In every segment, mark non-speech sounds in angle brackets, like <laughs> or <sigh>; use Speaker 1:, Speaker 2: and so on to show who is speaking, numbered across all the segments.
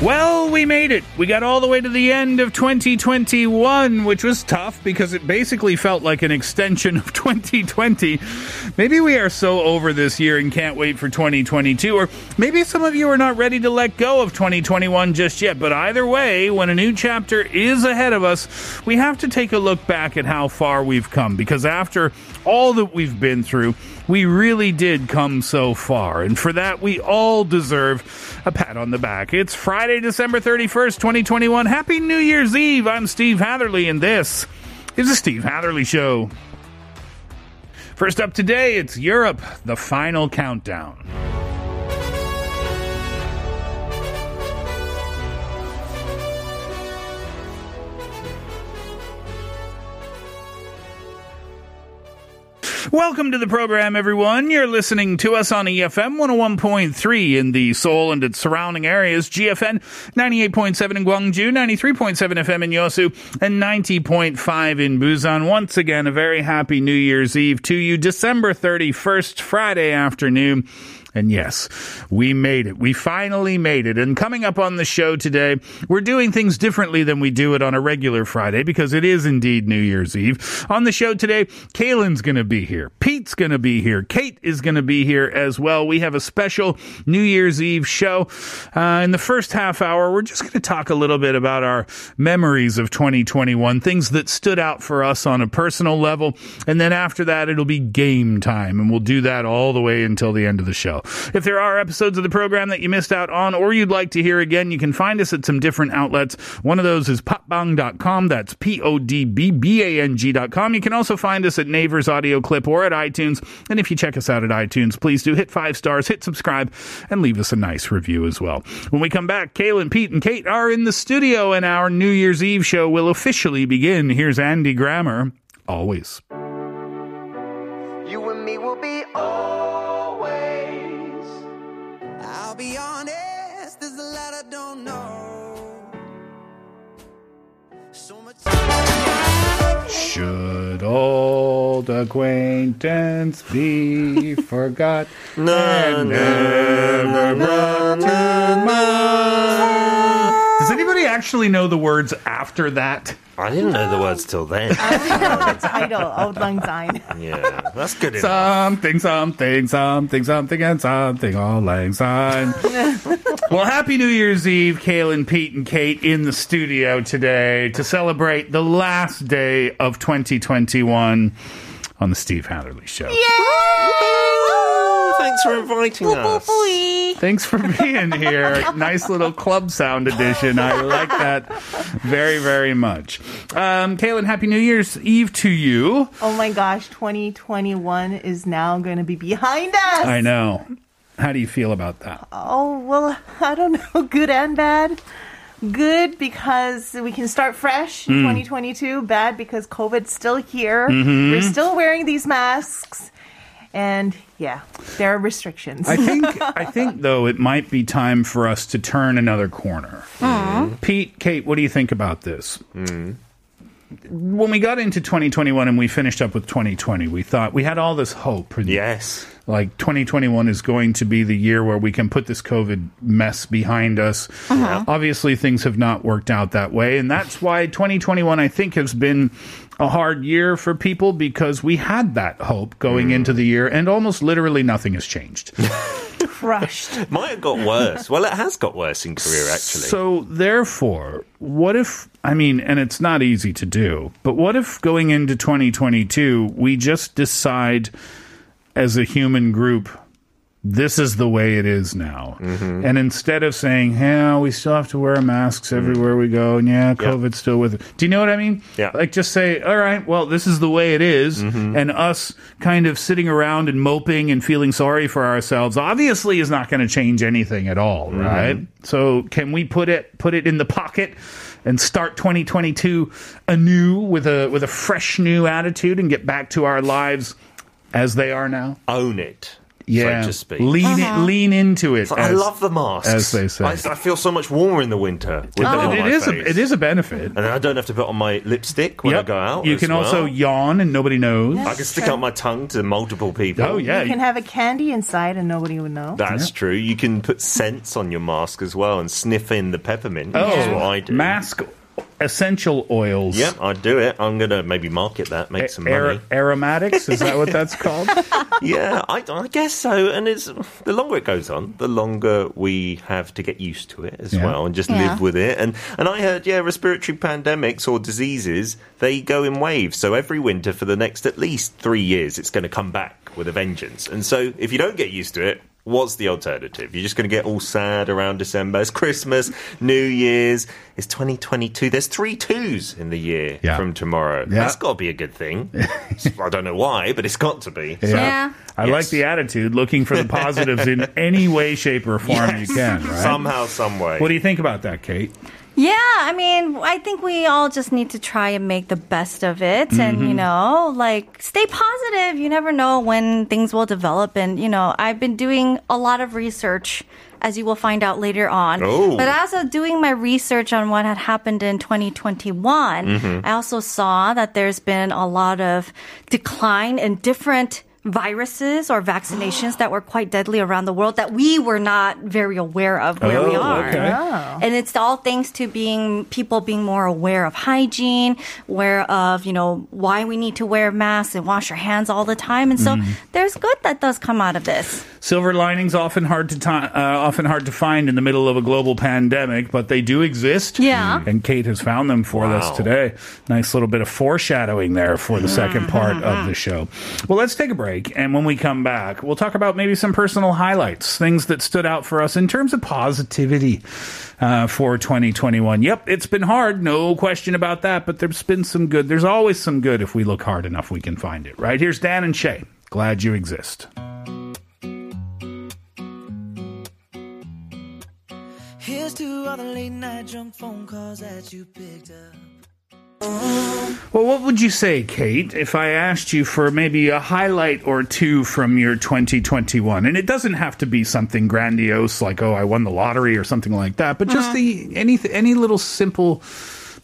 Speaker 1: Well, we made it. We got all the way to the end of 2021, which was tough because it basically felt like an extension of <laughs> 2020. Maybe we are so over this year and can't wait for 2022, or maybe some of you are not ready to let go of 2021 just yet. But either way, when a new chapter is ahead of us, we have to take a look back at how far we've come because after all that we've been through, we really did come so far. And for that, we all deserve a pat on the back. It's Friday, December 31st, 2021. Happy New Year's Eve. I'm Steve Hatherley, and this is the Steve Hatherley Show. First up today, it's Europe, the final countdown. Welcome to the program, everyone. You're listening to us on E EFM 101.3 in the Seoul and its surrounding areas, GFN 98.7 in Gwangju, 93.7 FM in Yosu, and 90.5 in Busan. Once again, a very happy New Year's Eve to you, December 31st, Friday afternoon. And yes, we made it. We finally made it. And coming up on the show today, we're doing things differently than we do it on a regular Friday because it is indeed New Year's Eve. On the show today, Kaylin's going to be here. Pete's going to be here. Kate is going to be here as well. We have a special New Year's Eve show. Uh, in the first half hour, we're just going to talk a little bit about our memories of 2021, things that stood out for us on a personal level. And then after that, it'll be game time. And we'll do that all the way until the end of the show. If there are episodes of the program that you missed out on or you'd like to hear again, you can find us at some different outlets. One of those is popbang.com. That's P O D B B A N G.com. You can also find us at Neighbors Audio Clip or at iTunes. And if you check us out at iTunes, please do hit five stars, hit subscribe, and leave us a nice review as well. When we come back, Kaylin, Pete, and Kate are in the studio, and our New Year's Eve show will officially begin. Here's Andy Grammer. Always.
Speaker 2: You and me will be always. I'll be honest, there's a lot I don't know. So much.
Speaker 1: Should old acquaintance be forgot? and never brought to mind? Does anybody actually know the words after that?
Speaker 3: I didn't know the words till then.
Speaker 4: title, Old Lang Syne.
Speaker 3: yeah, that's good enough.
Speaker 1: Something, something, something, something, and something, all lang syne. well, happy New Year's Eve, Kaylin, Pete, and Kate in the studio today to celebrate the last day of 2021 on the Steve Hatherley Show.
Speaker 3: Woo! Thanks for inviting us.
Speaker 1: Thanks for being here. nice little club sound edition. I like that very, very much. Um, Kaylin, Happy New Year's Eve to you.
Speaker 4: Oh my gosh, 2021 is now going to be behind us.
Speaker 1: I know. How do you feel about that?
Speaker 4: Oh, well, I don't know, good and bad. Good because we can start fresh
Speaker 1: Hmm.
Speaker 4: in 2022. Bad because COVID's still here.
Speaker 1: Mm-hmm.
Speaker 4: We're still wearing these masks. And yeah, there are restrictions.
Speaker 1: I think I think though it might be time for us to turn another corner. Pete, Kate, what do you think about this? When we got into 2021 and we finished up with 2020, we thought we had all this hope. and
Speaker 3: Yes.
Speaker 1: like 2021 is going to be the year where we can put this COVID mess behind us. Obviously, things have not worked out that way. And that's why 2021, I think, has been a hard year for people because we had that hope going into the year and almost literally nothing has changed.
Speaker 4: Crushed.
Speaker 3: Might have got worse. well, it has got worse in Korea, actually.
Speaker 1: So, therefore, what if, I mean, and it's not easy to do, but what if going into 2022, we just decide as a human group, this is the way it is now. And instead of saying, yeah, we still have to wear masks everywhere we go, and yeah, COVID's still with it. Do you know what I mean?
Speaker 3: Yeah.
Speaker 1: Like just say, all right, well, this is the way it is," And us kind of sitting around and moping and feeling sorry for ourselves obviously is not going to change anything at all, right? So can we put it put it in the pocket and start 2022 anew with a with a fresh new attitude and get back to our lives as they are now?
Speaker 3: Own it.
Speaker 1: yeah,
Speaker 3: so to speak.
Speaker 1: lean it, lean into it.
Speaker 3: So I
Speaker 1: as-
Speaker 3: love the masks.
Speaker 1: as they say. Oh,
Speaker 3: I, I feel so much warmer in the winter. With them on
Speaker 1: It
Speaker 3: my
Speaker 1: is a
Speaker 3: face.
Speaker 1: it is a benefit.
Speaker 3: And I don't have to put on my lipstick when I
Speaker 1: Yep.
Speaker 3: go out.
Speaker 1: you
Speaker 3: as
Speaker 1: can
Speaker 3: well.
Speaker 1: also yawn and nobody knows.
Speaker 3: I can stick out my tongue to multiple people.
Speaker 1: Oh yeah,
Speaker 4: You can have a candy inside and nobody would know.
Speaker 3: That's true. You can put scents on your mask as well and sniff in the peppermint,
Speaker 1: oh
Speaker 3: which is what I do.
Speaker 1: mask essential oils.
Speaker 3: Yep, I do it. I'm going to maybe market that, make some
Speaker 1: Ar-
Speaker 3: money.
Speaker 1: aromatics is that what that's called?
Speaker 3: yeah, I, I guess so. And it's the longer it goes on, the longer we have to get used to it as
Speaker 1: Yeah.
Speaker 3: well and just
Speaker 5: Yeah.
Speaker 3: live with it. And and I heard, yeah, respiratory pandemics or diseases they go in waves. So every winter for the next at least three years, it's going to come back with a vengeance. And so if you don't get used to it. What's the alternative? You're just going to get all sad around December. It's Christmas, New Year's. It's 2022. There's three twos in the year
Speaker 1: Yeah.
Speaker 3: from tomorrow.
Speaker 1: Yeah.
Speaker 3: That's got to be a good thing. <laughs> I don't know why, but it's got to be. So-
Speaker 5: Yeah.
Speaker 1: I
Speaker 3: Yes.
Speaker 1: like the attitude, looking for the positives in any way, shape, or form you can. Right?
Speaker 3: Somehow, some way.
Speaker 1: What do you think about that, Kate?
Speaker 5: Yeah, I mean, I think we all just need to try and make the best of it and, you know, like stay positive. You never know when things will develop. And, you know, I've been doing a lot of research, as you will find out later on.
Speaker 3: Oh.
Speaker 5: But also doing my research on what had happened in 2021, I also saw that there's been a lot of decline in different viruses or vaccinations that were quite deadly around the world that we were not very aware of where we
Speaker 1: Oh,
Speaker 5: are.
Speaker 1: okay.
Speaker 5: And it's all thanks to being people being more aware of hygiene, aware of, you know, why we need to wear masks and wash our hands all the time. And so
Speaker 1: Mm-hmm.
Speaker 5: there's good that does come out of this.
Speaker 1: Silver linings often hard to ti uh, often hard to find in the middle of a global pandemic, but they do exist.
Speaker 5: Yeah.
Speaker 1: and Kate has found them for us
Speaker 3: Wow.
Speaker 1: today. Nice little bit of foreshadowing there for the second part of the show. Well, let's take a break, and when we come back, we'll talk about maybe some personal highlights, things that stood out for us in terms of positivity uh, for 2021. Yep, it's been hard, no question about that, but there's been some good. There's always some good if we look hard enough, we can find it. Right here's Dan and Shay. Glad you exist.
Speaker 2: Here's to all the late night drunk phone calls that you picked up.
Speaker 1: Well, what would you say, Kate, if I asked you for maybe a highlight or two from your 2021? And it doesn't have to be something grandiose like, oh, I won the lottery or something like that, but just the any any little simple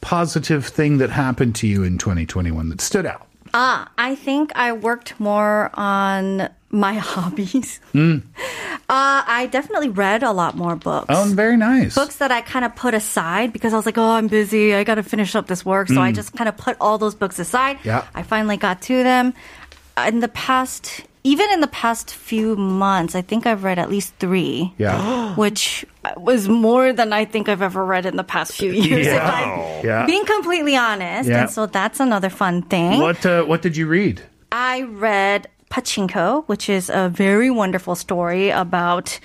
Speaker 1: positive thing that happened to you in 2021 that stood out.
Speaker 5: Ah, I think I worked more on my <laughs> hobbies.
Speaker 1: Mm.
Speaker 5: Uh, I definitely read a lot more books.
Speaker 1: Oh, very nice.
Speaker 5: books that I kind of put aside because I was like, oh, I'm busy. I got to finish up this work. So I just kind of put all those books aside.
Speaker 1: Mm. Yeah.
Speaker 5: I finally got to them. In the past, even in the past few months, I think I've read at least three.
Speaker 1: <gasps>
Speaker 5: <gasps>
Speaker 1: Yeah.
Speaker 5: Which was more than I think I've ever read in the past few years. If
Speaker 3: Wow.
Speaker 5: I'm
Speaker 1: Yeah.
Speaker 5: being completely honest.
Speaker 1: Yeah.
Speaker 5: And so that's another fun thing.
Speaker 1: What uh, what did you read? <laughs>
Speaker 5: I read Pachinko, which is a very wonderful story about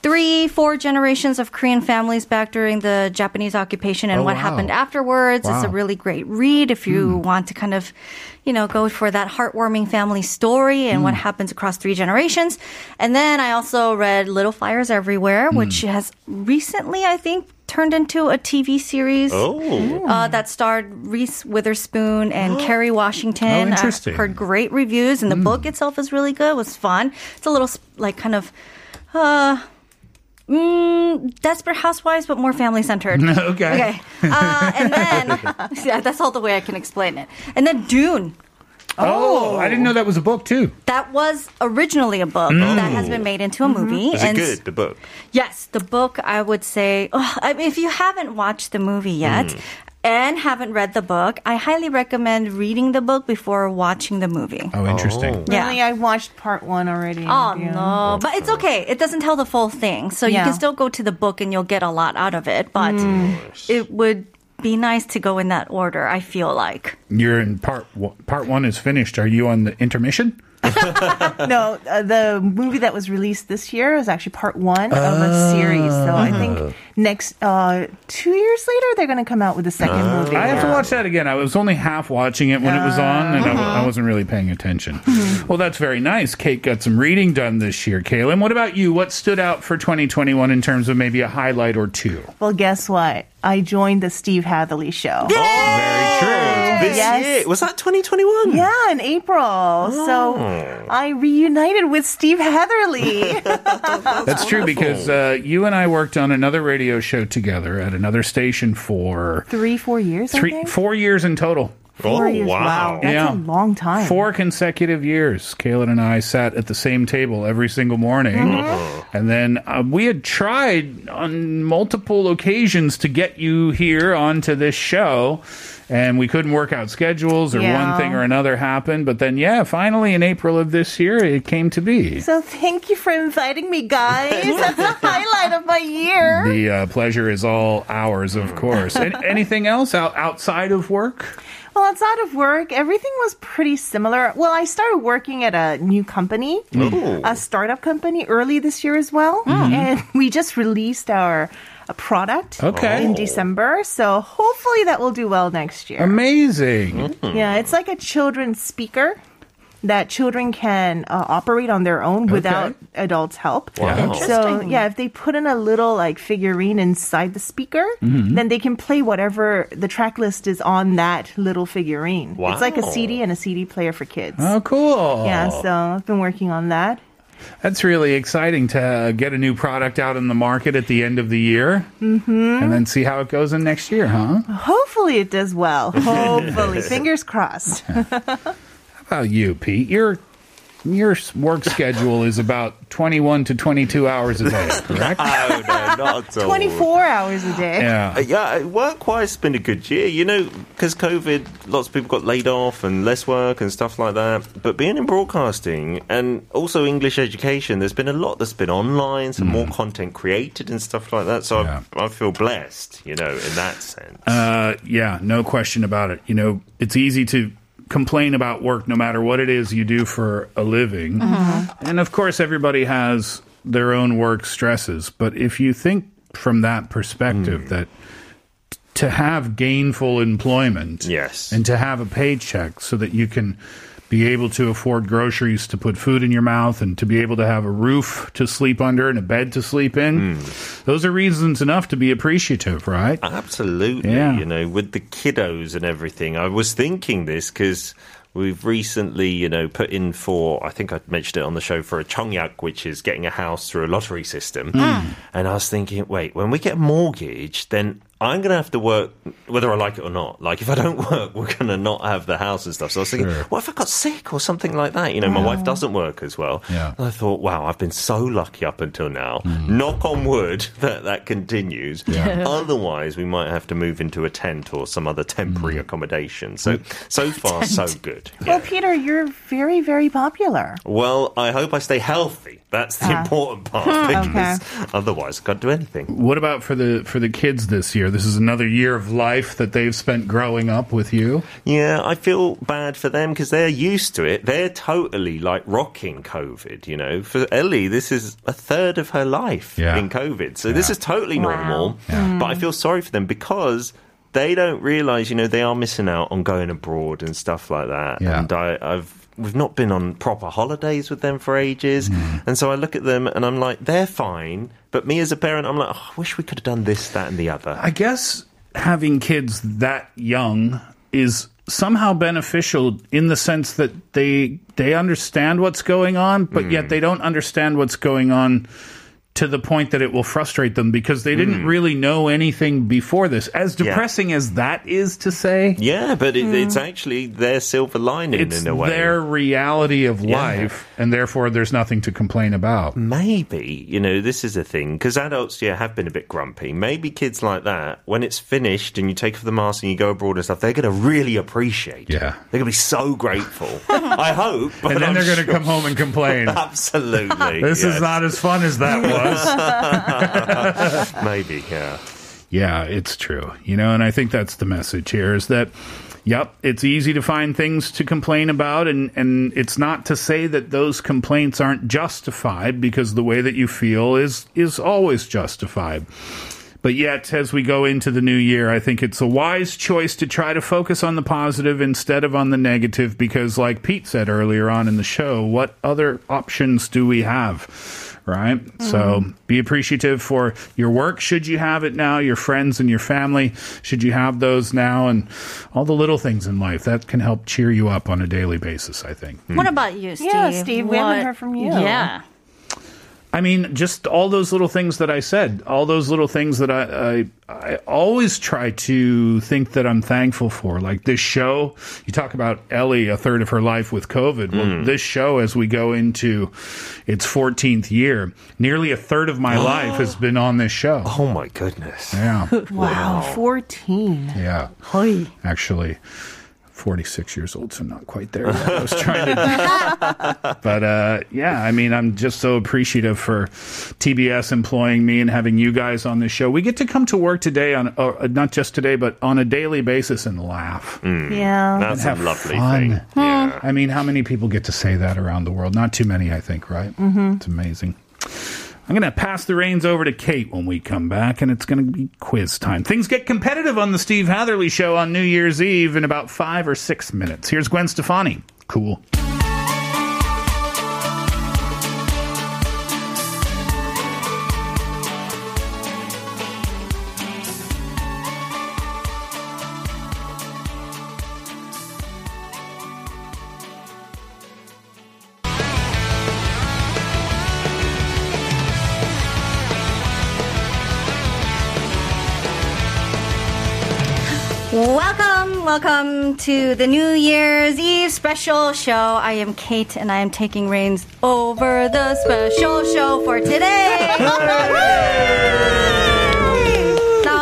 Speaker 5: three, four generations of Korean families back during the Japanese occupation and
Speaker 1: Oh,
Speaker 5: what
Speaker 1: wow.
Speaker 5: happened afterwards. It's
Speaker 1: Wow.
Speaker 5: a
Speaker 1: Hmm.
Speaker 5: really great read if you want to kind of, you know, go for that heartwarming family story and
Speaker 1: Hmm.
Speaker 5: what happens across three generations. And then I also read Little Fires Everywhere,
Speaker 1: Hmm.
Speaker 5: which has recently, I think, turned into a TV series
Speaker 3: Oh,
Speaker 5: uh, that starred Reese Witherspoon and Kerry Washington.
Speaker 1: Oh, interesting.
Speaker 5: I've heard great reviews, and the book itself is really good. It was fun. It's a little sp- like kind of. Uh, Mm, desperate housewives, but more
Speaker 1: <laughs>
Speaker 5: family centered.
Speaker 1: Okay.
Speaker 5: Okay. Uh, and then, <laughs> yeah, that's all the way I can explain it. And then Dune.
Speaker 1: Oh, I didn't know that was a book too.
Speaker 5: That was originally a book that has been made into a movie.
Speaker 3: is it
Speaker 5: and
Speaker 3: good? The book.
Speaker 5: Yes, the book, I would say, oh, I mean, if you haven't watched the movie yet
Speaker 4: Mm.
Speaker 5: and haven't read the book, I highly recommend reading the book before watching the movie.
Speaker 1: Oh, interesting.
Speaker 5: Yeah.
Speaker 4: Really, I watched part one already.
Speaker 5: Oh
Speaker 4: Yeah.
Speaker 5: no! But it's okay. It doesn't tell the full thing, so you
Speaker 4: Yeah. Mm.
Speaker 5: can still go to the book and you'll get a lot out of it. But it would be nice to go in that order. I feel like.
Speaker 1: You're in part one, part 1 is finished. Are you on the intermission?
Speaker 4: No, uh, the movie that was released this year is actually part one of a series. So I
Speaker 1: Ah.
Speaker 4: think next uh, two years later they're going to come out with the second movie.
Speaker 1: I have to watch that again. I was only half watching it when it was on, and I- I, wasn't really paying attention. well, that's very nice. Kate got some reading done this year. Kaylin, what about you? What stood out for 2021 in terms of maybe a highlight or two?
Speaker 4: Well, guess what? I joined the Steve Hatherley show.
Speaker 1: Very true.
Speaker 3: Oh, This
Speaker 4: Yes.
Speaker 3: year. Was that 2021?
Speaker 4: Yeah, in April.
Speaker 1: Ah.
Speaker 4: So I reunited with
Speaker 1: <laughs>
Speaker 4: Steve Heatherly.
Speaker 1: That's true because uh, you and I worked on another radio show together at another station for
Speaker 4: Three, four years, I
Speaker 1: three,
Speaker 4: think?
Speaker 1: four years in total.
Speaker 4: Four
Speaker 3: Oh,
Speaker 4: years.
Speaker 3: wow.
Speaker 4: That's
Speaker 1: Yeah.
Speaker 4: a long time.
Speaker 1: Four consecutive years, Kaylin and I sat at the same table every single morning. And then uh, we had tried on multiple occasions to get you here onto this show, and we couldn't work out schedules or
Speaker 4: Yeah.
Speaker 1: one thing or another happened. But then, yeah, finally in April of this year, it came to be.
Speaker 4: So thank you for inviting me,
Speaker 1: <laughs>
Speaker 4: guys. That's the highlight of my year.
Speaker 1: The uh, pleasure is all ours, of course. And anything else out- outside of work?
Speaker 4: Well, outside of work, everything was pretty similar. Well, I started working at a new company, a startup company, early this year as well, and <laughs> we just released our uh, product
Speaker 1: Okay.
Speaker 4: in December. So hopefully that will do well next year.
Speaker 1: Amazing.
Speaker 4: Yeah, it's like a children's speaker that children can uh, operate on their own without adults' help.
Speaker 3: Wow.
Speaker 4: So yeah, if they put in a little like figurine inside the speaker, then they can play whatever the track list is on that little figurine. It's like a
Speaker 3: Wow.
Speaker 4: CD and a CD player for kids.
Speaker 1: Oh, cool.
Speaker 4: Yeah, so I've been working on that.
Speaker 1: That's really exciting to uh, get a new product out in the market at the end of the year and then see how it goes in next year, huh? How
Speaker 4: Hopefully it does well. Hopefully, fingers crossed.
Speaker 1: about you, Pete? Your your s- work schedule is about 21 to 22 hours a day,
Speaker 3: <laughs>
Speaker 1: correct?
Speaker 3: <laughs> Oh, no, not at all.
Speaker 4: Twenty-four hours a day.
Speaker 1: yeah.
Speaker 3: Uh, yeah, work wise, it's been a good year. You know, because COVID, lots of people got laid off and less work and stuff like that. But being in broadcasting and also English education, there's been a lot that's been online, some more content created and stuff like that. So
Speaker 1: Yeah.
Speaker 3: I, I feel blessed, you know, in that sense.
Speaker 1: Uh, yeah, no question about it. You know, it's easy to complain about work no matter what it is you do for a living. And of course, everybody has their own work stresses. But if you think from that perspective that t- to have gainful employment
Speaker 3: Yes.
Speaker 1: and to have a paycheck so that you can be able to afford groceries to put food in your mouth and to be able to have a roof to sleep under and a bed to sleep in those are reasons enough to be appreciative right
Speaker 3: Absolutely.
Speaker 1: Yeah.
Speaker 3: You know, with the kiddos and everything, I was thinking this because we've recently, you know, put in for, I think I mentioned it on the show, for a chongyak, which is getting a house through a lottery system.
Speaker 1: Hmm.
Speaker 3: And I was thinking, wait, when we get a mortgage, then I'm going to have to work whether I like it or not. Like, if I don't <laughs> work, we're going to not have the house and stuff. So I was thinking, what if I got sick or something like that? You know, my wife doesn't work as well.
Speaker 1: Yeah.
Speaker 3: And I thought, wow, I've been so lucky up until now. Knock on wood <laughs> that that continues. <laughs> Otherwise, we might have to move into a tent or some other temporary accommodation. So, so far, so good. Yeah.
Speaker 4: Well, Peter, you're very, very popular.
Speaker 3: Well, I hope I stay healthy. That's the important part because otherwise, I can't do anything.
Speaker 1: What about for the for the kids this year? This is another year of life that they've spent growing up with you.
Speaker 3: Yeah, I feel bad for them because they're used to it. They're totally like rocking COVID, you know. For Ellie, this is a third of her life
Speaker 1: Yeah.
Speaker 3: in COVID. So this is totally
Speaker 5: Wow.
Speaker 3: normal. But I feel sorry for them because they don't realize, you know, they are missing out on going abroad and stuff like that.
Speaker 1: Yeah.
Speaker 3: And I, I've we've not been on proper holidays with them for ages.
Speaker 1: Hmm.
Speaker 3: And so I look at them and I'm like, they're fine. But me as a parent, I'm like, oh, I wish we could have done this, that, and the other.
Speaker 1: I guess having kids that young is somehow beneficial in the sense that they they understand what's going on, but yet they don't understand what's going on to the point that it will frustrate them because they didn't really know anything before this. As depressing as that is to say,
Speaker 3: Yeah, but it, it's actually their silver lining
Speaker 1: it's
Speaker 3: in a way.
Speaker 1: their reality of life, and therefore there's nothing to complain about.
Speaker 3: Maybe, you know, this is a thing because adults, yeah, have been a bit grumpy. Maybe kids like that, when it's finished and you take off the mask and you go abroad and stuff, they're going to really appreciate it.
Speaker 1: Yeah.
Speaker 3: They're going to be so grateful. I hope. But
Speaker 1: And then
Speaker 3: I'm
Speaker 1: they're going to
Speaker 3: sure-
Speaker 1: come home and <laughs> complain.
Speaker 3: <laughs> Absolutely.
Speaker 1: This
Speaker 3: yes.
Speaker 1: is not as fun as that was.
Speaker 3: <laughs> Maybe, yeah.
Speaker 1: <laughs> yeah, it's true. You know, and I think that's the message here is that yep, it's easy to find things to complain about and and it's not to say that those complaints aren't justified because the way that you feel is is always justified. But yet, as we go into the new year, I think it's a wise choice to try to focus on the positive instead of on the negative because, like Pete said earlier on in the show, what other options do we have? right? So be appreciative for your work, should you have it now, your friends and your family, should you have those now, and all the little things in life that can help cheer you up on a daily basis, I think.
Speaker 4: Mm.
Speaker 5: What about you, Steve?
Speaker 4: Yeah, Steve, we haven't
Speaker 5: What-
Speaker 4: heard from you.
Speaker 5: Yeah.
Speaker 1: I mean, just all those little things that I said, all those little things that I, I I always try to think that I'm thankful for. Like this show, you talk about Ellie, a third of her life with COVID. Well, this show, as we go into its 14th year, nearly a third of my life has been on this show.
Speaker 3: Oh my goodness.
Speaker 1: Yeah,
Speaker 4: Wow, 14.
Speaker 1: yeah. Actually, 46 years old, so not quite there. Yet. I was trying to, but uh, yeah, I mean, I'm just so appreciative for TBS employing me and having you guys on this show. We get to come to work today on uh, not just today, but on a daily basis and laugh.
Speaker 3: Hmm.
Speaker 4: Yeah.
Speaker 3: That's a
Speaker 1: Have
Speaker 3: lovely
Speaker 1: fun.
Speaker 3: thing. Yeah.
Speaker 1: I mean, how many people get to say that around the world? Not too many, I think, right? It's amazing. I'm going to pass the reins over to Kate when we come back, and it's going to be quiz time. Things get competitive on the Steve Hatherley Show on New Year's Eve in about five or six minutes. Here's Gwen Stefani. Cool.
Speaker 5: Welcome, welcome to the New Year's Eve special show. I am Kate and I am taking reins over the special show for today. now,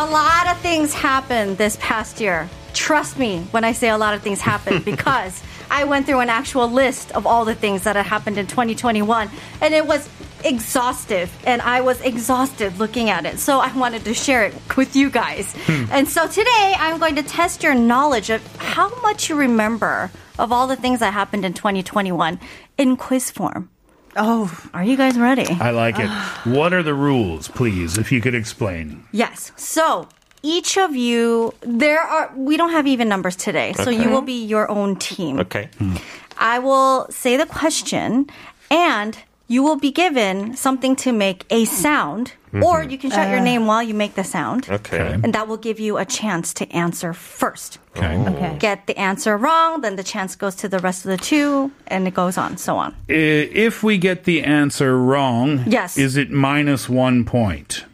Speaker 5: a lot of things happened this past year. Trust me when I say a lot of things happened because I went through an actual list of all the things that had happened in 2021 and it was exhaustive and I was exhausted looking at it. So I wanted to share it with you guys. And so today I'm going to test your knowledge of how much you remember of all the things that happened in 2021 in quiz form.
Speaker 4: Oh,
Speaker 5: Are you guys ready?
Speaker 1: I like it. what are the rules, please, if you could explain?
Speaker 5: Yes. So each of you, there are, we don't have even numbers today. So you will be your own team.
Speaker 3: Okay.
Speaker 1: Hmm.
Speaker 5: I will say the question and you will be given something to make a sound, or you can shout your name while you make the sound.
Speaker 3: Mm-hmm. Okay.
Speaker 5: And that will give you a chance to answer first.
Speaker 1: Okay.
Speaker 4: okay.
Speaker 5: Get the answer wrong, then the chance goes to the rest of the two, and it goes on, so on.
Speaker 1: If we get the answer wrong,
Speaker 5: Yes.
Speaker 1: is it minus one point?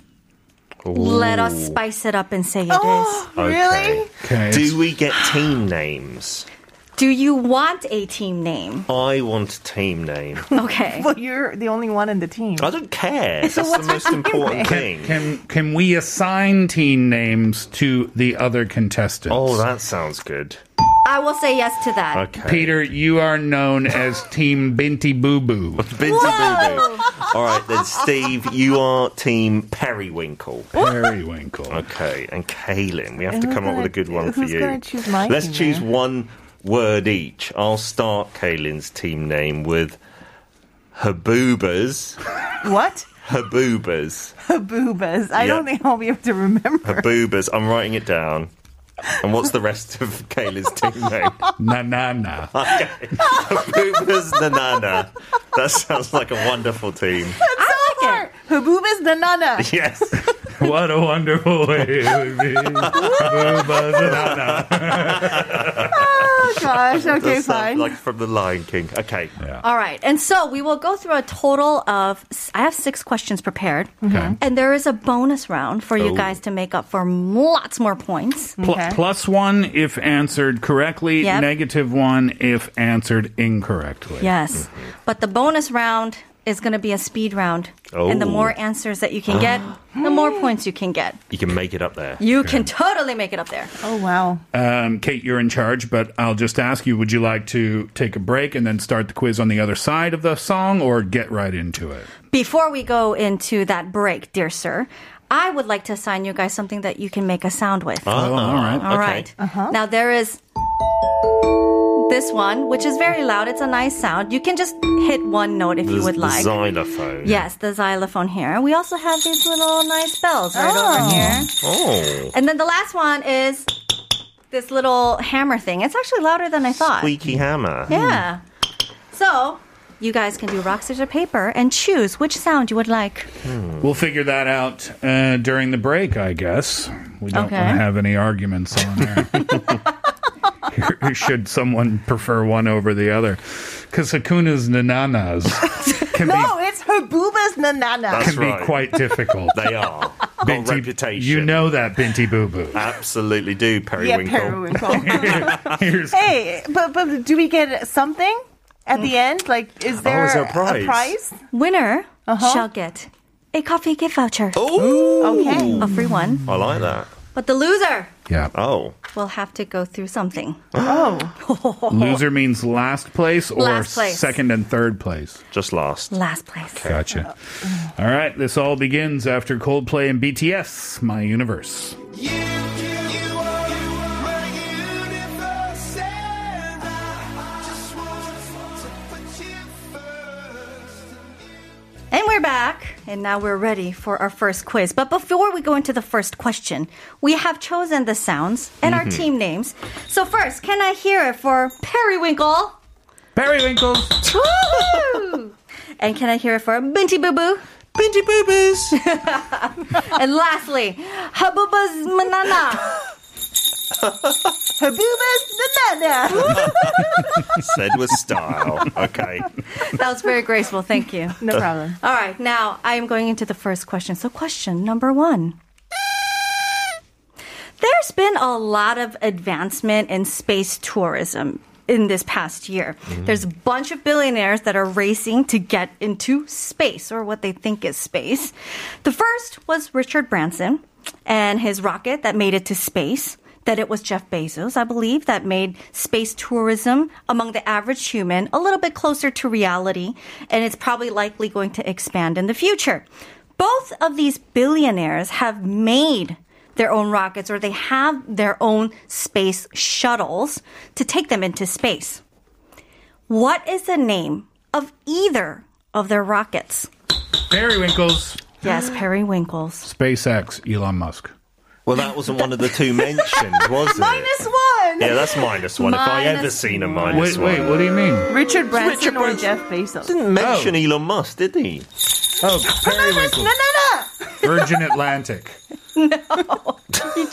Speaker 5: Let us spice it up and say
Speaker 4: <gasps>
Speaker 5: it is.
Speaker 4: really?
Speaker 3: Okay.
Speaker 1: Okay.
Speaker 3: Do we get team names?
Speaker 5: Do you want a team name?
Speaker 3: <laughs> I want a team name.
Speaker 5: Okay.
Speaker 4: Well, you're the only one in the team.
Speaker 3: I don't care. That's the most important thing.
Speaker 1: Can can we assign team names to the other contestants?
Speaker 3: Oh, that sounds good.
Speaker 5: I will say yes to that.
Speaker 3: Okay.
Speaker 1: Peter, you are known <laughs> as Team Binti Boo Boo.
Speaker 3: Binti Boo Boo. All right, then, Steve, you are team Periwinkle.
Speaker 1: Periwinkle.
Speaker 3: Okay, and Kaylin, we have
Speaker 4: And
Speaker 3: to
Speaker 4: who's
Speaker 3: come up with a
Speaker 4: gonna-
Speaker 3: good one for
Speaker 4: who's
Speaker 3: you.
Speaker 4: gonna choose my
Speaker 3: Let's
Speaker 4: team
Speaker 3: choose
Speaker 4: name?
Speaker 3: one word each. I'll start Kaylin's team name with Haboobas.
Speaker 4: What?
Speaker 3: Haboobas.
Speaker 4: Haboobas. I don't
Speaker 3: Yeah.
Speaker 4: think I'll be able to remember.
Speaker 3: Haboobas. I'm writing it down. And what's the rest of <laughs> Kaylin's team name?
Speaker 1: Na na <laughs> na.
Speaker 3: Haboobas Nanana. That sounds like a wonderful team.
Speaker 5: I like it.
Speaker 4: Haboobas Nanana.
Speaker 3: Yes.
Speaker 1: What a wonderful way it <laughs> would be. Booba Zanana.
Speaker 3: <laughs>
Speaker 4: Oh, gosh. Okay,
Speaker 3: That
Speaker 4: fine.
Speaker 3: sounds like from The Lion King. Okay.
Speaker 5: All right. And so we will go through a total of, I have six questions prepared.
Speaker 1: Okay.
Speaker 5: And there is a bonus round for you
Speaker 3: Mm-hmm. Oh.
Speaker 5: guys to make up for lots more points.
Speaker 1: Pl-
Speaker 4: Okay.
Speaker 1: Plus one if answered correctly,
Speaker 5: Yep.
Speaker 1: negative one if answered incorrectly.
Speaker 5: Yes.
Speaker 3: Mm-hmm.
Speaker 5: But the bonus round is going to be a speed round. And the
Speaker 3: Oh.
Speaker 5: more answers that you can get, the more points you can get.
Speaker 3: You can make it up there.
Speaker 5: You can totally make it up there.
Speaker 4: oh, wow.
Speaker 1: Um, Kate, you're in charge, but I'll just ask you would you like to take a break and then start the quiz on the other side of the song or get right into it?
Speaker 5: Before we go into that break, dear sir, I would like to assign you guys something that you can make a sound with.
Speaker 1: Oh, all right.
Speaker 5: All
Speaker 3: Okay.
Speaker 5: right. Now there is this one, which is very loud. It's a nice sound. You can just hit one note if you
Speaker 3: The-
Speaker 5: would
Speaker 3: the
Speaker 5: like.
Speaker 3: Xylophone.
Speaker 5: Yes, the xylophone here. We also have these little nice bells right over here.
Speaker 3: Oh.
Speaker 5: And then the last one is this little hammer thing. It's actually louder than I thought.
Speaker 3: Squeaky hammer.
Speaker 5: Yeah. So you guys can do rock, scissors, paper and choose which sound you would like.
Speaker 1: We'll figure that out uh, during the break, I guess. We don't
Speaker 5: Okay.
Speaker 1: want to have any arguments on
Speaker 5: <laughs>
Speaker 1: there. <laughs> Should someone prefer one over the other? Because Hakuna's
Speaker 5: <laughs>
Speaker 1: nananas can
Speaker 4: No, it's her boobas nanana.
Speaker 1: be
Speaker 3: That's
Speaker 1: can
Speaker 3: right.
Speaker 1: be quite
Speaker 3: <laughs>
Speaker 1: difficult.
Speaker 3: They
Speaker 5: <laughs>
Speaker 3: are. Got
Speaker 1: Binti-
Speaker 3: reputation.
Speaker 1: You know that, Binti Boo
Speaker 3: <laughs>
Speaker 1: Boo.
Speaker 3: Absolutely do,
Speaker 4: Yeah,
Speaker 3: Periwinkle.
Speaker 4: periwinkle.
Speaker 3: <laughs>
Speaker 1: Here's
Speaker 4: hey, but but do we get something at the end? Like, is there,
Speaker 3: Hmm. Oh, is there a prize?
Speaker 5: Winner shall get a coffee gift voucher,
Speaker 4: Okay.
Speaker 5: a free one.
Speaker 3: I like that.
Speaker 5: But the loser
Speaker 1: yeah.
Speaker 3: Oh.
Speaker 5: will have to go through something.
Speaker 1: Loser means last place or
Speaker 5: Last place.
Speaker 1: second and third place.
Speaker 3: Just last.
Speaker 5: Last place.
Speaker 1: Gotcha. All right, this all begins after Coldplay and BTS, My Universe.
Speaker 2: You, you, you are my universe, and I just want to put you first.
Speaker 5: And we're back, and now we're ready for our first quiz. But before we go into the first question, we have chosen the sounds and our team names. So first, can I hear it for Periwinkle?
Speaker 1: Periwinkles.
Speaker 5: Woo! <laughs> and can I hear it for Binti Boo Boo?
Speaker 3: Binty boobies!
Speaker 5: <laughs> And lastly, Habuba's Manana.
Speaker 4: Her boobas nanana.
Speaker 3: Said with style. Okay.
Speaker 5: That was very graceful. Thank you.
Speaker 4: no problem.
Speaker 5: All right, now I am going into the first question. So, question number one. There's been a lot of advancement in space tourism in this past year. There's a bunch of billionaires that are racing to get into space or what they think is space. The first was Richard Branson and his rocket that made it to space. That it was Jeff Bezos, I believe, that made space tourism among the average human a little bit closer to reality, and it's probably likely going to expand in the future. Both of these billionaires have made their own rockets or they have their own space shuttles to take them into space. What is the name of either of their rockets?
Speaker 1: Periwinkles.
Speaker 5: <gasps> Yes, periwinkles.
Speaker 1: SpaceX, Elon Musk.
Speaker 3: Well, that wasn't one of the two mentioned, was it?
Speaker 4: Minus one.
Speaker 3: Yeah, that's minus one. if I ever
Speaker 5: Minus
Speaker 3: seen a
Speaker 5: one.
Speaker 3: minus
Speaker 1: Wait, wait,
Speaker 3: one.
Speaker 1: what do you mean?
Speaker 4: Richard Branson
Speaker 3: Richard
Speaker 4: or
Speaker 3: Branson.
Speaker 4: Jeff Bezos?
Speaker 3: Didn't mention Elon Musk, did he?
Speaker 1: Oh, periwinkles. Virgin Atlantic.
Speaker 5: He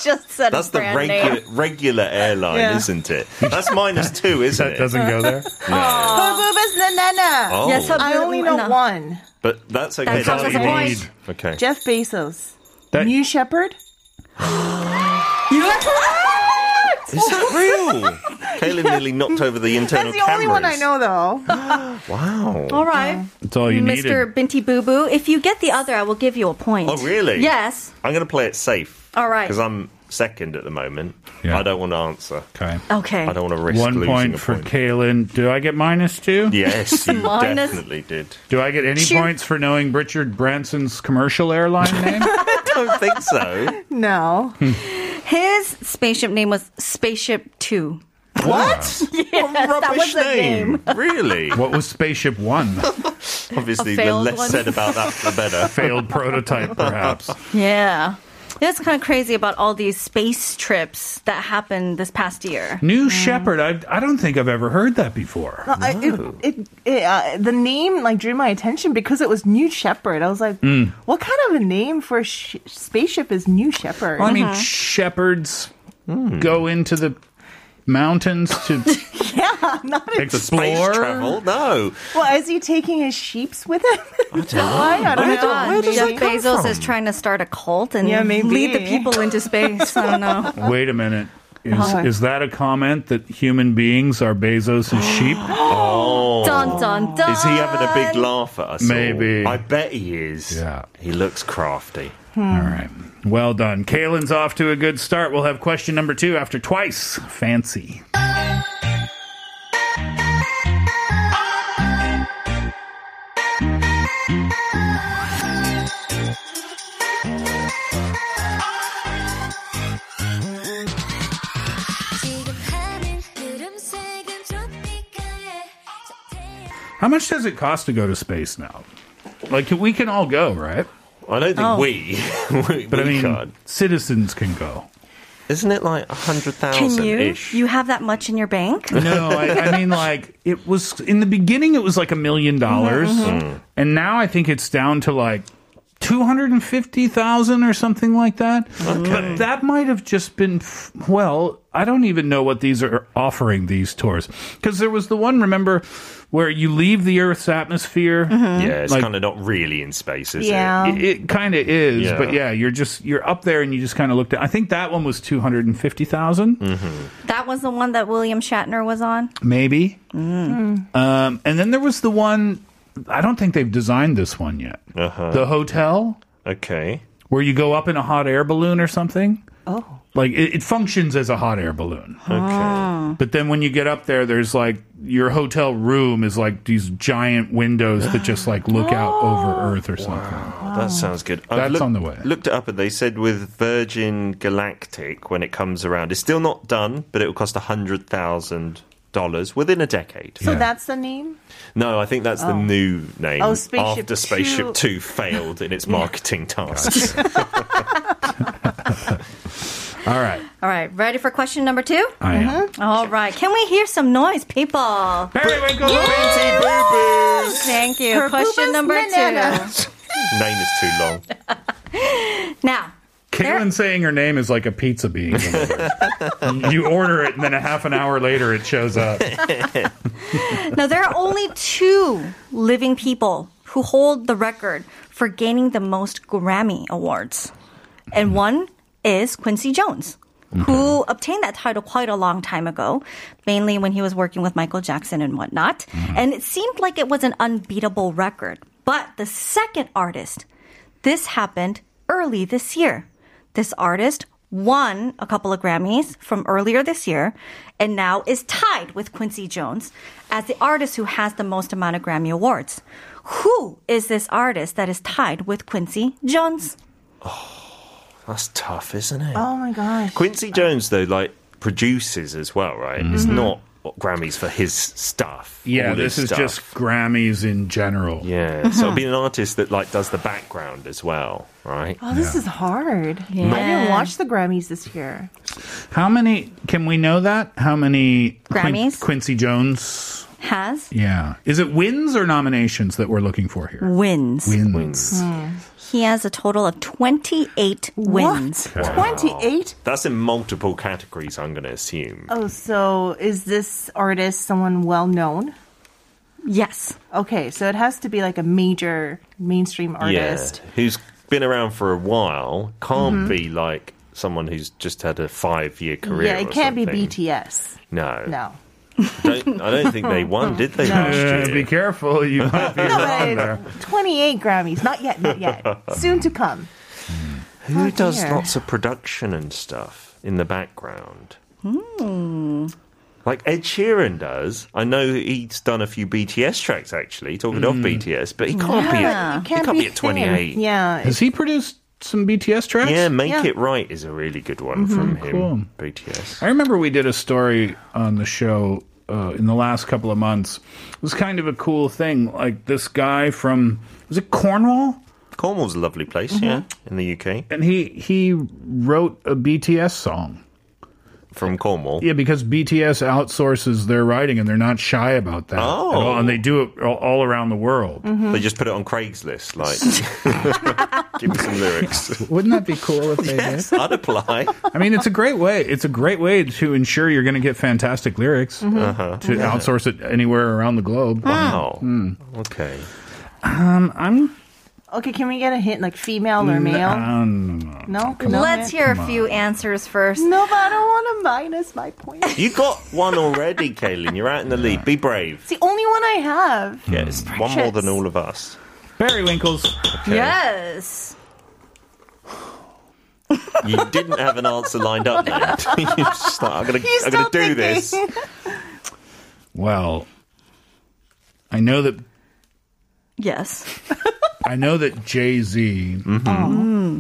Speaker 5: just said
Speaker 3: That's the
Speaker 5: brand
Speaker 3: regular regular airline,
Speaker 4: Yeah.
Speaker 3: isn't it? That's
Speaker 1: <laughs>
Speaker 3: minus two, isn't
Speaker 1: That
Speaker 3: it?
Speaker 1: doesn't go there.
Speaker 5: Oh.
Speaker 4: Her boobas nanana.
Speaker 3: Oh,
Speaker 5: Yes,
Speaker 4: I only know
Speaker 5: No.
Speaker 4: one.
Speaker 3: but that's okay.
Speaker 5: That counts
Speaker 3: that's
Speaker 5: as
Speaker 3: what
Speaker 5: a
Speaker 3: you
Speaker 5: point.
Speaker 3: need. Okay.
Speaker 4: Jeff Bezos.
Speaker 1: That-
Speaker 4: New Shepherd.
Speaker 5: You are correct!
Speaker 3: Is
Speaker 5: <laughs>
Speaker 3: that real? Kayla nearly knocked over the internal
Speaker 4: That's the only one I
Speaker 3: cameras.
Speaker 4: know, though. <laughs>
Speaker 3: Wow.
Speaker 5: All right,
Speaker 1: That's all you
Speaker 5: Mr.
Speaker 1: needed.
Speaker 5: Binti Boo Boo. If you get the other, I will give you a point.
Speaker 3: Oh, really?
Speaker 5: Yes.
Speaker 3: I'm going to play it safe.
Speaker 5: All right.
Speaker 3: Because I'm second at the moment.
Speaker 1: Yeah.
Speaker 3: I don't want to answer.
Speaker 1: Okay.
Speaker 5: Okay.
Speaker 3: I don't want to risk
Speaker 1: One
Speaker 3: losing
Speaker 1: point
Speaker 3: a
Speaker 1: for
Speaker 3: point.
Speaker 1: Kaylin. Do I get minus two?
Speaker 3: Yes, you
Speaker 5: <laughs> Minus-
Speaker 3: definitely did.
Speaker 1: Do I get any
Speaker 5: Shoot.
Speaker 1: points for knowing Richard Branson's commercial airline name?
Speaker 3: I don't think
Speaker 5: <laughs>
Speaker 3: so.
Speaker 4: No.
Speaker 3: <laughs>
Speaker 5: His spaceship name was Spaceship Two.
Speaker 3: what? what a rubbish
Speaker 5: was the
Speaker 3: name.
Speaker 5: <laughs>
Speaker 3: Really?
Speaker 1: what was Spaceship One?
Speaker 3: Obviously,
Speaker 5: A
Speaker 3: the
Speaker 5: failed
Speaker 3: less
Speaker 5: one.
Speaker 3: said about that, the
Speaker 1: <laughs>
Speaker 3: better.
Speaker 1: Failed prototype, perhaps.
Speaker 5: Yeah. It's kind of crazy about all these space trips that happened this past year.
Speaker 1: New Shepherd. I, I don't think I've ever heard that before.
Speaker 4: I, Uh, it, it, it, uh, the name like drew my attention because it was New Shepherd. I was like,
Speaker 3: Mm.
Speaker 4: what kind of a name for a sh- spaceship is New Shepherd?
Speaker 1: I mean, shepherds go into the mountains to
Speaker 4: <laughs> yeah, not a,
Speaker 3: The space
Speaker 1: explore.
Speaker 3: travel? No.
Speaker 4: well, is he taking his sheeps with him?
Speaker 3: I
Speaker 4: <laughs>
Speaker 3: don't know.
Speaker 4: I don't know.
Speaker 5: Jeff Bezos is trying to start a cult and
Speaker 4: Yeah, maybe.
Speaker 5: lead the people into space. I
Speaker 3: <laughs>
Speaker 5: don't know.
Speaker 1: Wait a minute. Is,
Speaker 4: Oh.
Speaker 1: is that a comment that human beings are Bezos' sheep? <laughs>
Speaker 5: Dun dun dun.
Speaker 3: Oh. Is he having a big laugh at us? all?
Speaker 1: Maybe.
Speaker 3: I bet he is.
Speaker 1: Yeah.
Speaker 3: He looks crafty.
Speaker 1: All right. Well done. Kaylin's off to a good start. We'll have question number two after twice. Fancy. How much does it cost to go to space now? Like, we can all go, right?
Speaker 3: I don't think
Speaker 5: Oh.
Speaker 3: we. <laughs> we
Speaker 1: But
Speaker 3: we
Speaker 1: I mean,
Speaker 3: can't.
Speaker 1: citizens can go.
Speaker 3: Isn't it like a hundred
Speaker 5: Can
Speaker 3: thousand
Speaker 5: you?
Speaker 3: ish?
Speaker 5: You have that much in your bank?
Speaker 1: <laughs> No, I, I mean like it was in the beginning. It was like a million dollars, and now I think it's down to like two hundred and fifty thousand or something like that. But that might have just been f- well. I don't even know what these are offering these tours because there was the one remember where you leave the Earth's atmosphere.
Speaker 3: yeah, it's
Speaker 1: Like-
Speaker 3: kind of not really in space, is
Speaker 4: Yeah.
Speaker 3: it?
Speaker 1: It, it kind of is,
Speaker 3: Yeah.
Speaker 1: but yeah, you're just you're up there and you just kind of looked at. I think that one was two hundred and fifty thousand.
Speaker 5: That was the one that William Shatner was on.
Speaker 1: Maybe. Um, and then there was the one. I don't think they've designed this one yet. The hotel
Speaker 3: Okay.
Speaker 1: where you go up in a hot air balloon or something.
Speaker 4: Oh.
Speaker 1: Like it, it functions as a hot air balloon,
Speaker 3: Okay.
Speaker 1: but then when you get up there, there's like your hotel room is like these giant windows that just like look out over Earth or something.
Speaker 3: Oh, that sounds good. I
Speaker 1: That's
Speaker 3: looked-
Speaker 1: on the way.
Speaker 3: Looked it up and they said with Virgin Galactic when it comes around, it's still not done, but it will cost a hundred thousand dollars within a decade.
Speaker 4: So
Speaker 1: Yeah.
Speaker 4: that's the name?
Speaker 3: No, I think that's the new name
Speaker 4: Oh, Spaceship
Speaker 3: after Spaceship Two failed in its marketing tasks.
Speaker 1: All right,
Speaker 5: All right, ready for question number two?
Speaker 1: I am.
Speaker 5: All right, can we hear some noise, people?
Speaker 1: Barry Winkle.
Speaker 5: Thank you.
Speaker 4: Her boob
Speaker 5: question
Speaker 4: is
Speaker 5: number
Speaker 4: banana.
Speaker 5: two.
Speaker 3: name is too long.
Speaker 5: Now,
Speaker 1: Caitlin saying her name is like a pizza being. delivered. you order it, and then a half an hour later, it shows up.
Speaker 5: now there are only two living people who hold the record for gaining the most Grammy awards, and one is Quincy Jones. Who obtained that title quite a long time ago, mainly when he was working with Michael Jackson and whatnot. And it seemed like it was an unbeatable record. But the second artist, this happened early this year. This artist won a couple of Grammys from earlier this year and now is tied with Quincy Jones as the artist who has the most amount of Grammy Awards. Who is this artist that is tied with Quincy Jones?
Speaker 3: <laughs> That's tough, isn't it?
Speaker 4: Oh my gosh.
Speaker 3: Quincy Jones, though, like produces as well, right? It's
Speaker 4: Mm-hmm.
Speaker 3: not Grammys for his stuff.
Speaker 1: Yeah,
Speaker 3: all his
Speaker 1: this is
Speaker 3: stuff.
Speaker 1: just Grammys in general.
Speaker 3: Yeah, so being an
Speaker 4: <laughs>
Speaker 3: artist that like does the background as well, right?
Speaker 4: Oh, this is hard. I didn't watch the Grammys this year.
Speaker 1: How many can we know that? How many Quin-
Speaker 5: Grammys?
Speaker 1: Quincy Jones.
Speaker 5: Has
Speaker 1: Yeah. Is it wins or nominations that we're looking for here?
Speaker 5: wins.
Speaker 1: Wins.
Speaker 5: He has a total of 28 wins.
Speaker 4: What? 28?
Speaker 3: That's in multiple categories. I'm going to assume.
Speaker 4: Oh, so is this artist someone well known?
Speaker 5: Yes.
Speaker 4: Okay, so it has to be like a major mainstream artist. Mm-hmm.
Speaker 3: Yeah, who's been around for a while can't be like someone who's just had a five-year career.
Speaker 4: Yeah, it
Speaker 3: or
Speaker 4: can't be
Speaker 3: something.
Speaker 4: BTS.
Speaker 3: No,
Speaker 4: No.
Speaker 3: Don't, I don't think they
Speaker 4: <laughs>
Speaker 3: won, did they? Last
Speaker 1: Uh,
Speaker 3: year?
Speaker 1: be careful. <laughs> You might be wrong there.
Speaker 4: But 28 Grammys. Not yet, not
Speaker 3: <laughs>
Speaker 4: yet. Soon to come.
Speaker 3: Who
Speaker 4: Oh,
Speaker 3: does
Speaker 4: dear.
Speaker 3: lots of production and stuff in the background?
Speaker 4: Hmm.
Speaker 3: Like Ed Sheeran does. I know he's done a few BTS tracks actually, talking of BTS, but he can't be
Speaker 4: It
Speaker 3: at, he can't be at
Speaker 4: thin.
Speaker 3: 28.
Speaker 4: Yeah.
Speaker 1: Has he produced some BTS tracks?
Speaker 3: Yeah, Make
Speaker 4: Yeah. Mm-hmm.
Speaker 3: It Right is a really good one from him,
Speaker 1: Cool.
Speaker 3: BTS.
Speaker 1: I remember we did a story on the show uh, in the last couple of months. It was kind of a cool thing. Like this guy from was it Cornwall?
Speaker 3: Cornwall's a lovely place, yeah,
Speaker 4: Mm-hmm.
Speaker 3: in the UK.
Speaker 1: And he he wrote a BTS song.
Speaker 3: From Cornwall.
Speaker 1: Yeah, because BTS outsources their writing and they're not shy about that. at
Speaker 3: Oh.
Speaker 1: all, and they do it all, all around the world.
Speaker 4: Mm-hmm.
Speaker 3: They just put it on Craigslist,
Speaker 4: <laughs>
Speaker 3: like, <laughs> give me some lyrics. <laughs>
Speaker 1: Wouldn't that be cool if they did?
Speaker 3: I'd apply.
Speaker 1: I mean, it's a great way. It's a great way to ensure you're going to get fantastic lyrics Uh-huh. to outsource it anywhere around the globe.
Speaker 3: Wow. Okay.
Speaker 1: I'm
Speaker 4: Okay, can we get a hint like female or male?
Speaker 1: um,
Speaker 4: no? no?
Speaker 5: Let's hear a few answers first.
Speaker 4: No, but I don't want to minus my point. It's
Speaker 3: You got one already, Kaylin. You're out in the lead. Be brave.
Speaker 4: the only one I have.
Speaker 3: Yeah, it's one more than all of us.
Speaker 1: Barry Winkles.
Speaker 3: Okay.
Speaker 5: Yes.
Speaker 3: You didn't have an answer lined up,
Speaker 4: <laughs>
Speaker 3: mate. <laughs> You're just like, I'm gonna,
Speaker 4: He's
Speaker 3: I'm gonna
Speaker 4: still
Speaker 3: do
Speaker 4: thinking.
Speaker 3: this.
Speaker 1: Well, I know that
Speaker 5: Yes.
Speaker 1: I know that Jay Z Oh.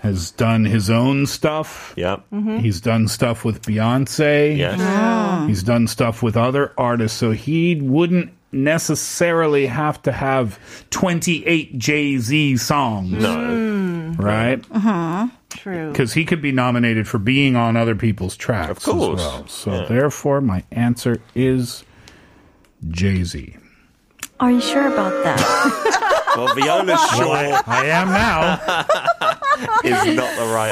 Speaker 1: has done his own stuff.
Speaker 4: <laughs>
Speaker 3: Yep.
Speaker 4: Mm-hmm.
Speaker 1: He's done stuff with Beyonce.
Speaker 3: Yes.
Speaker 1: He's done stuff with other artists, so he wouldn't
Speaker 4: Mm-hmm.
Speaker 1: necessarily have to have 28 Jay Z songs.
Speaker 3: No.
Speaker 1: right?
Speaker 4: True.
Speaker 1: Because he could be nominated for being on other people's tracks.
Speaker 3: Of course.
Speaker 1: As well. So therefore, my answer is Jay Z.
Speaker 5: Are you sure about that?
Speaker 3: Well, Viola
Speaker 4: <laughs>
Speaker 3: Shaw
Speaker 1: I am now.
Speaker 3: is not the right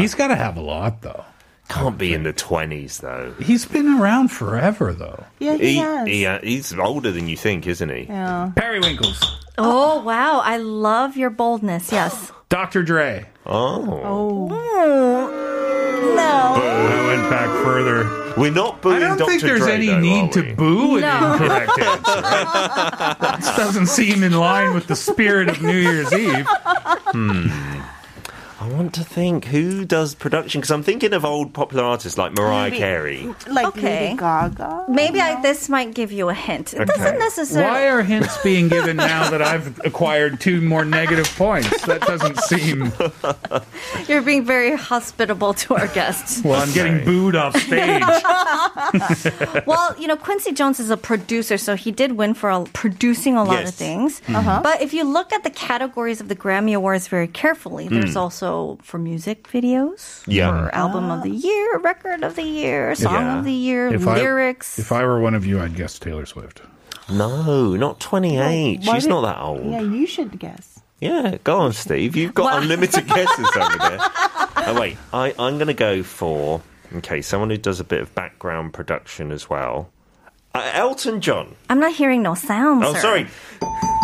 Speaker 1: <laughs> He's got to have a lot, though.
Speaker 3: Can't be in the 20s, though.
Speaker 1: He's been around forever, though.
Speaker 4: yeah, he, has.
Speaker 3: he, uh, he's older than you think, isn't he?
Speaker 4: Yeah.
Speaker 1: Uh-huh. Periwinkles.
Speaker 5: oh, wow. I love your boldness. Yes.
Speaker 1: Dr. Dre.
Speaker 3: Oh.
Speaker 5: No.
Speaker 1: I went back further.
Speaker 3: We're not booing
Speaker 1: I don't
Speaker 3: Dr.
Speaker 1: think there's
Speaker 3: Dre,
Speaker 1: any
Speaker 3: though, are
Speaker 1: need
Speaker 3: we?
Speaker 1: to boo <laughs>
Speaker 5: No.
Speaker 1: an incorrect answer. this doesn't seem in line with the spirit of New Year's Eve.
Speaker 3: I want to think who does production because I'm thinking of old popular artists like Mariah
Speaker 4: Maybe.
Speaker 3: Carey.
Speaker 4: Like
Speaker 5: Okay.
Speaker 4: Lady Gaga.
Speaker 5: Maybe I, this might give you a hint. It
Speaker 1: Why
Speaker 5: doesn't necessarily.
Speaker 1: are hints being given now that I've acquired two more negative points? That doesn't <laughs> seem.
Speaker 5: You're being very hospitable to our guests.
Speaker 1: Well, I'm getting booed off stage.
Speaker 5: well, you know, Quincy Jones is a producer, so he did win for a, producing a lot
Speaker 3: Yes.
Speaker 5: of things. But if you look at the categories of the Grammy Awards very carefully, there's also for music videos,
Speaker 3: Yeah.
Speaker 5: for album of the year, record of the year, song
Speaker 3: Yeah.
Speaker 5: of the year,
Speaker 1: If I-
Speaker 5: lyrics.
Speaker 1: If I were one of you, I'd guess Taylor Swift.
Speaker 3: No, not 28.
Speaker 4: Why
Speaker 3: She's
Speaker 4: did-
Speaker 3: not that old.
Speaker 4: Yeah,
Speaker 3: Yeah.
Speaker 4: you should guess.
Speaker 3: go on, Steve. You've got
Speaker 5: Well-
Speaker 4: <laughs>
Speaker 3: unlimited guesses over there. Oh wait, I, I'm going to go for okay, someone who does a bit of background production as well. Uh, Elton John.
Speaker 5: I'm not hearing no sounds.
Speaker 3: Oh,
Speaker 5: sir. <laughs>
Speaker 3: sorry,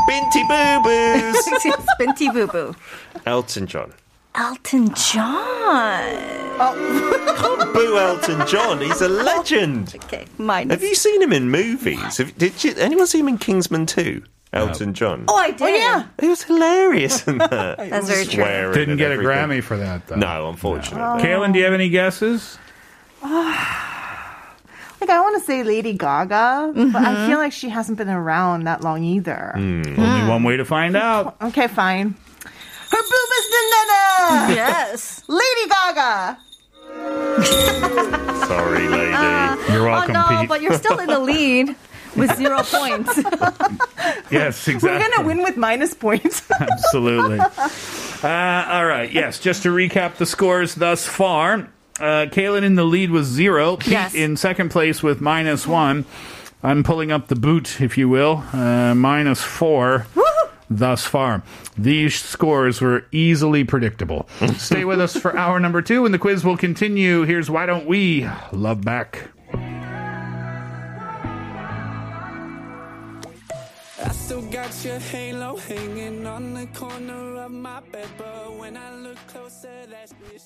Speaker 3: Binty Boo
Speaker 4: <laughs>
Speaker 3: Boos.
Speaker 5: Spinty Boo Boo.
Speaker 3: Elton John.
Speaker 5: Elton John.
Speaker 3: Boo Elton John. He's a legend.
Speaker 5: Okay, mine.
Speaker 3: Have you seen him in movies? Have, did you, anyone see him in Kingsman 2? Elton John.
Speaker 5: Oh, I did. yeah.
Speaker 3: He was hilarious in that.
Speaker 4: <laughs>
Speaker 5: That's very true.
Speaker 3: Swearing
Speaker 1: Didn't
Speaker 3: and
Speaker 1: get a
Speaker 3: everything.
Speaker 1: Grammy for that, though.
Speaker 3: No, unfortunately.
Speaker 4: Oh.
Speaker 1: Kaylin, do you have any guesses?
Speaker 4: Like I want to say Lady Gaga, but I feel like she hasn't been around that long either.
Speaker 1: Only one way to find
Speaker 5: Oh,
Speaker 1: out.
Speaker 4: Okay, fine. Her boob is banana.
Speaker 5: Yes.
Speaker 4: Lady Gaga.
Speaker 3: Sorry, lady.
Speaker 1: You're
Speaker 5: Oh
Speaker 1: welcome,
Speaker 5: no,
Speaker 1: Pete.
Speaker 5: but you're still in the lead with
Speaker 1: <laughs>
Speaker 5: zero points.
Speaker 1: yes, exactly.
Speaker 4: We're gonna win with minus points. <laughs>
Speaker 1: Absolutely. Uh, all right. Yes. Just to recap the scores thus far. Uh, Kaylin in the lead with zero. Pete
Speaker 5: Yes.
Speaker 1: in second place with minus one. I'm pulling up the boot, if you will. Uh, minus four thus far. These scores were easily predictable. Stay with us for hour number two, and the quiz will continue. Here's Why Don't We Love Back.
Speaker 6: I still got your halo hanging on the corner of my bed, but when I look closer, that's